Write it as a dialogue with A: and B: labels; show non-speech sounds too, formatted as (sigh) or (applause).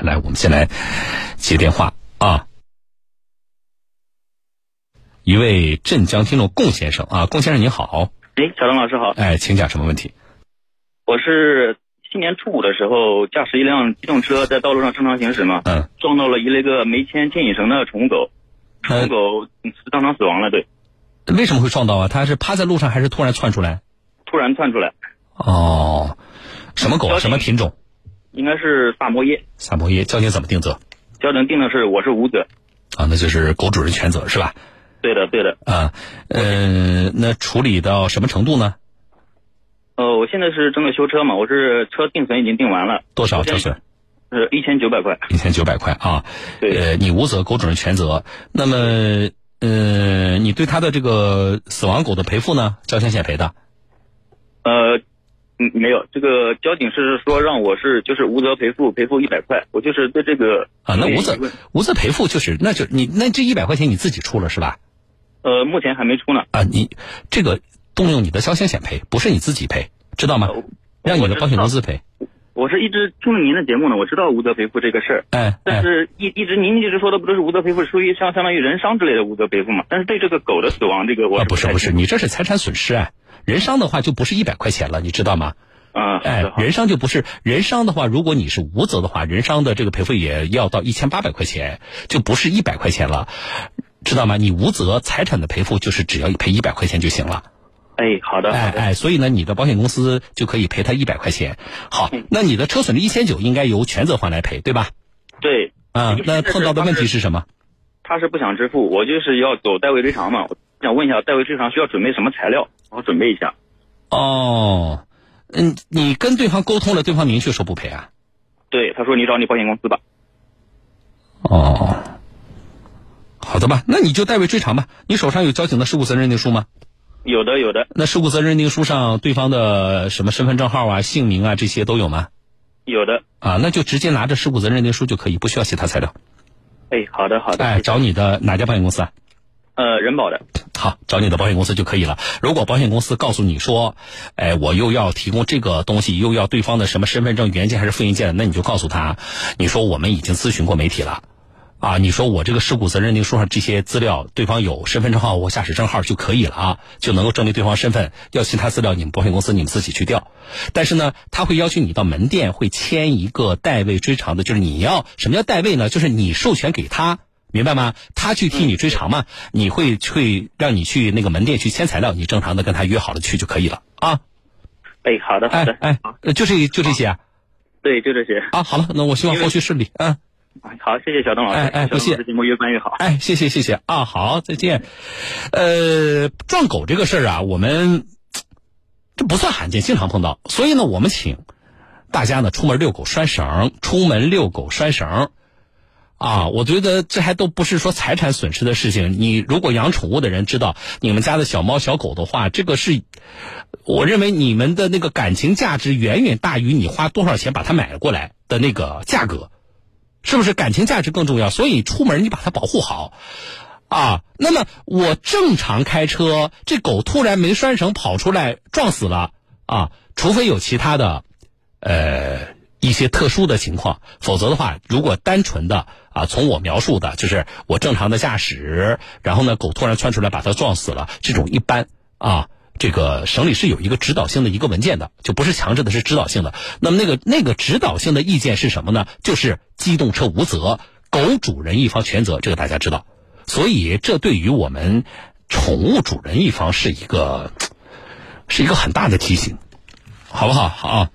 A: 来，我们先来接电话啊。一位镇江听众龚先生啊，龚先生您好，
B: 哎，小张老师好，
A: 哎，请讲什么问题？
B: 我是今年初五的时候驾驶一辆机动车在道路上正常行驶嘛，
A: 嗯，
B: 撞到了一那个没牵牵引绳的宠物狗，宠
A: 哎
B: 物狗嗯当场死亡了，对，
A: 为什么会撞到啊？他是趴在路上还是突然窜出来？
B: 突然窜出来，
A: 哦，什么狗啊？什么品种？
B: 应该是萨摩耶，
A: 萨摩耶，交警怎么定责？
B: 交警定的是我是无责，
A: 啊，那就是狗主人全责是吧？
B: 对的对的，
A: 啊，呃，那处理到什么程度呢？
B: 呃，我现在是正在修车嘛，我是车定损已经定完了，
A: 多少折损？
B: 是一千九百块，
A: 一千九百块啊。
B: 对，
A: 呃，你无责，狗主人全责。那么，呃，你对他的这个死亡狗的赔付呢？交强险赔的
B: 呃。嗯，没有，这个交警是说让我是就是无责赔付，赔付一百块，我就是对这个
A: 啊，那无责
B: 疑问
A: 无责赔付就是，那就你那这一百块钱你自己出了是吧？
B: 呃，目前还没出呢。
A: 啊，你这个动用你的交强险赔，不是你自己赔，知道吗
B: 呃？
A: 让你的保险公司赔。
B: 我是一直听着您的节目呢，我知道无责赔付这个事儿，
A: 哎
B: 但
A: 哎，
B: 是一一直您一直说的不都是无责赔付，属于相相当于人伤之类的无责赔付嘛？但是对这个狗的死亡，这个我
A: 啊，不是
B: 太
A: 不是，
B: 清
A: 你这是财产损失哎。人伤的话就不是一百块钱了，你知道吗？
B: 啊，好
A: 哎
B: 的，好的
A: 人伤就不是人伤的话，如果你是无责的话，人伤的这个赔付也要到一千八百块钱，就不是一百块钱了，知道吗？你无责财产的赔付就是只要赔一百块钱就行了，
B: 哎，好的，
A: 哎
B: (laughs) 好的，
A: 哎，所以呢，你的保险公司就可以赔他一百块钱。好，
B: 嗯
A: 那你的车损一千九应该由全责方来赔，对吧？
B: 对，
A: 啊、
B: 这个
A: 那
B: 是
A: 碰到的问题是什么？
B: 他是不想支付，我就是要走代位追偿嘛，我想问一下代位追偿需要准备什么材料，我准备一下。
A: 哦，嗯，你跟对方沟通了，对方明确说不赔啊？
B: 对，他说你找你保险公司吧，
A: 哦，好的吧，那你就代为追偿吧。你手上有交警的事故责任认定书吗？
B: 有的有的
A: 那事故责任认定书上对方的什么身份证号啊、姓名啊这些都有吗？
B: 有的，
A: 啊，那就直接拿着事故责任认定书就可以，不需要其他材料。
B: 哎，好的好的，
A: 哎，找你的哪家保险公司啊？
B: 呃，人保的，
A: 好，找你的保险公司就可以了。如果保险公司告诉你说，哎，我又要提供这个东西，又要对方的什么身份证原件还是复印件，那你就告诉他，你说我们已经咨询过媒体了，啊，你说我这个事故责任认定书上这些资料，对方有身份证号或驾驶证号就可以了啊，就能够证明对方身份。要其他资料，你们保险公司你们自己去调。但是呢，他会要求你到门店会签一个代位追偿的，就是你要什么叫代位呢？就是你授权给他。明白吗？他去替你追偿嘛，你会会让你去那个门店去签材料，你正常的跟他约好了去就可以了啊。
B: 哎，好的好
A: 哎
B: 的，
A: 哎，呃就这就这些啊
B: 对，就这些，
A: 啊。好了，那我希望
B: 因为
A: 后续顺利。嗯，
B: 好，谢谢小邓老师，
A: 哎哎不谢
B: 小邓老师节目越办越好，
A: 哎，谢谢谢谢啊，好，再见。呃，撞狗这个事儿啊，我们这不算罕见，经常碰到，所以呢，我们请大家呢出门遛狗拴绳，出门遛狗拴绳。啊，我觉得这还都不是说财产损失的事情。你如果养宠物的人知道你们家的小猫小狗的话，这个是，我认为你们的那个感情价值远远大于你花多少钱把它买过来的那个价格，是不是？感情价值更重要，所以出门你把它保护好。啊，那么我正常开车，这狗突然没拴绳跑出来撞死了啊，除非有其他的呃一些特殊的情况，否则的话，如果单纯的啊，从我描述的，就是我正常的驾驶，然后呢，狗突然窜出来把它撞死了，这种一般啊。这个省里是有一个指导性的一个文件的，就不是强制的，是指导性的。那么那个那个指导性的意见是什么呢？就是机动车无责，狗主人一方全责，这个大家知道。所以这对于我们宠物主人一方是一个是一个很大的提醒，好不好？好啊，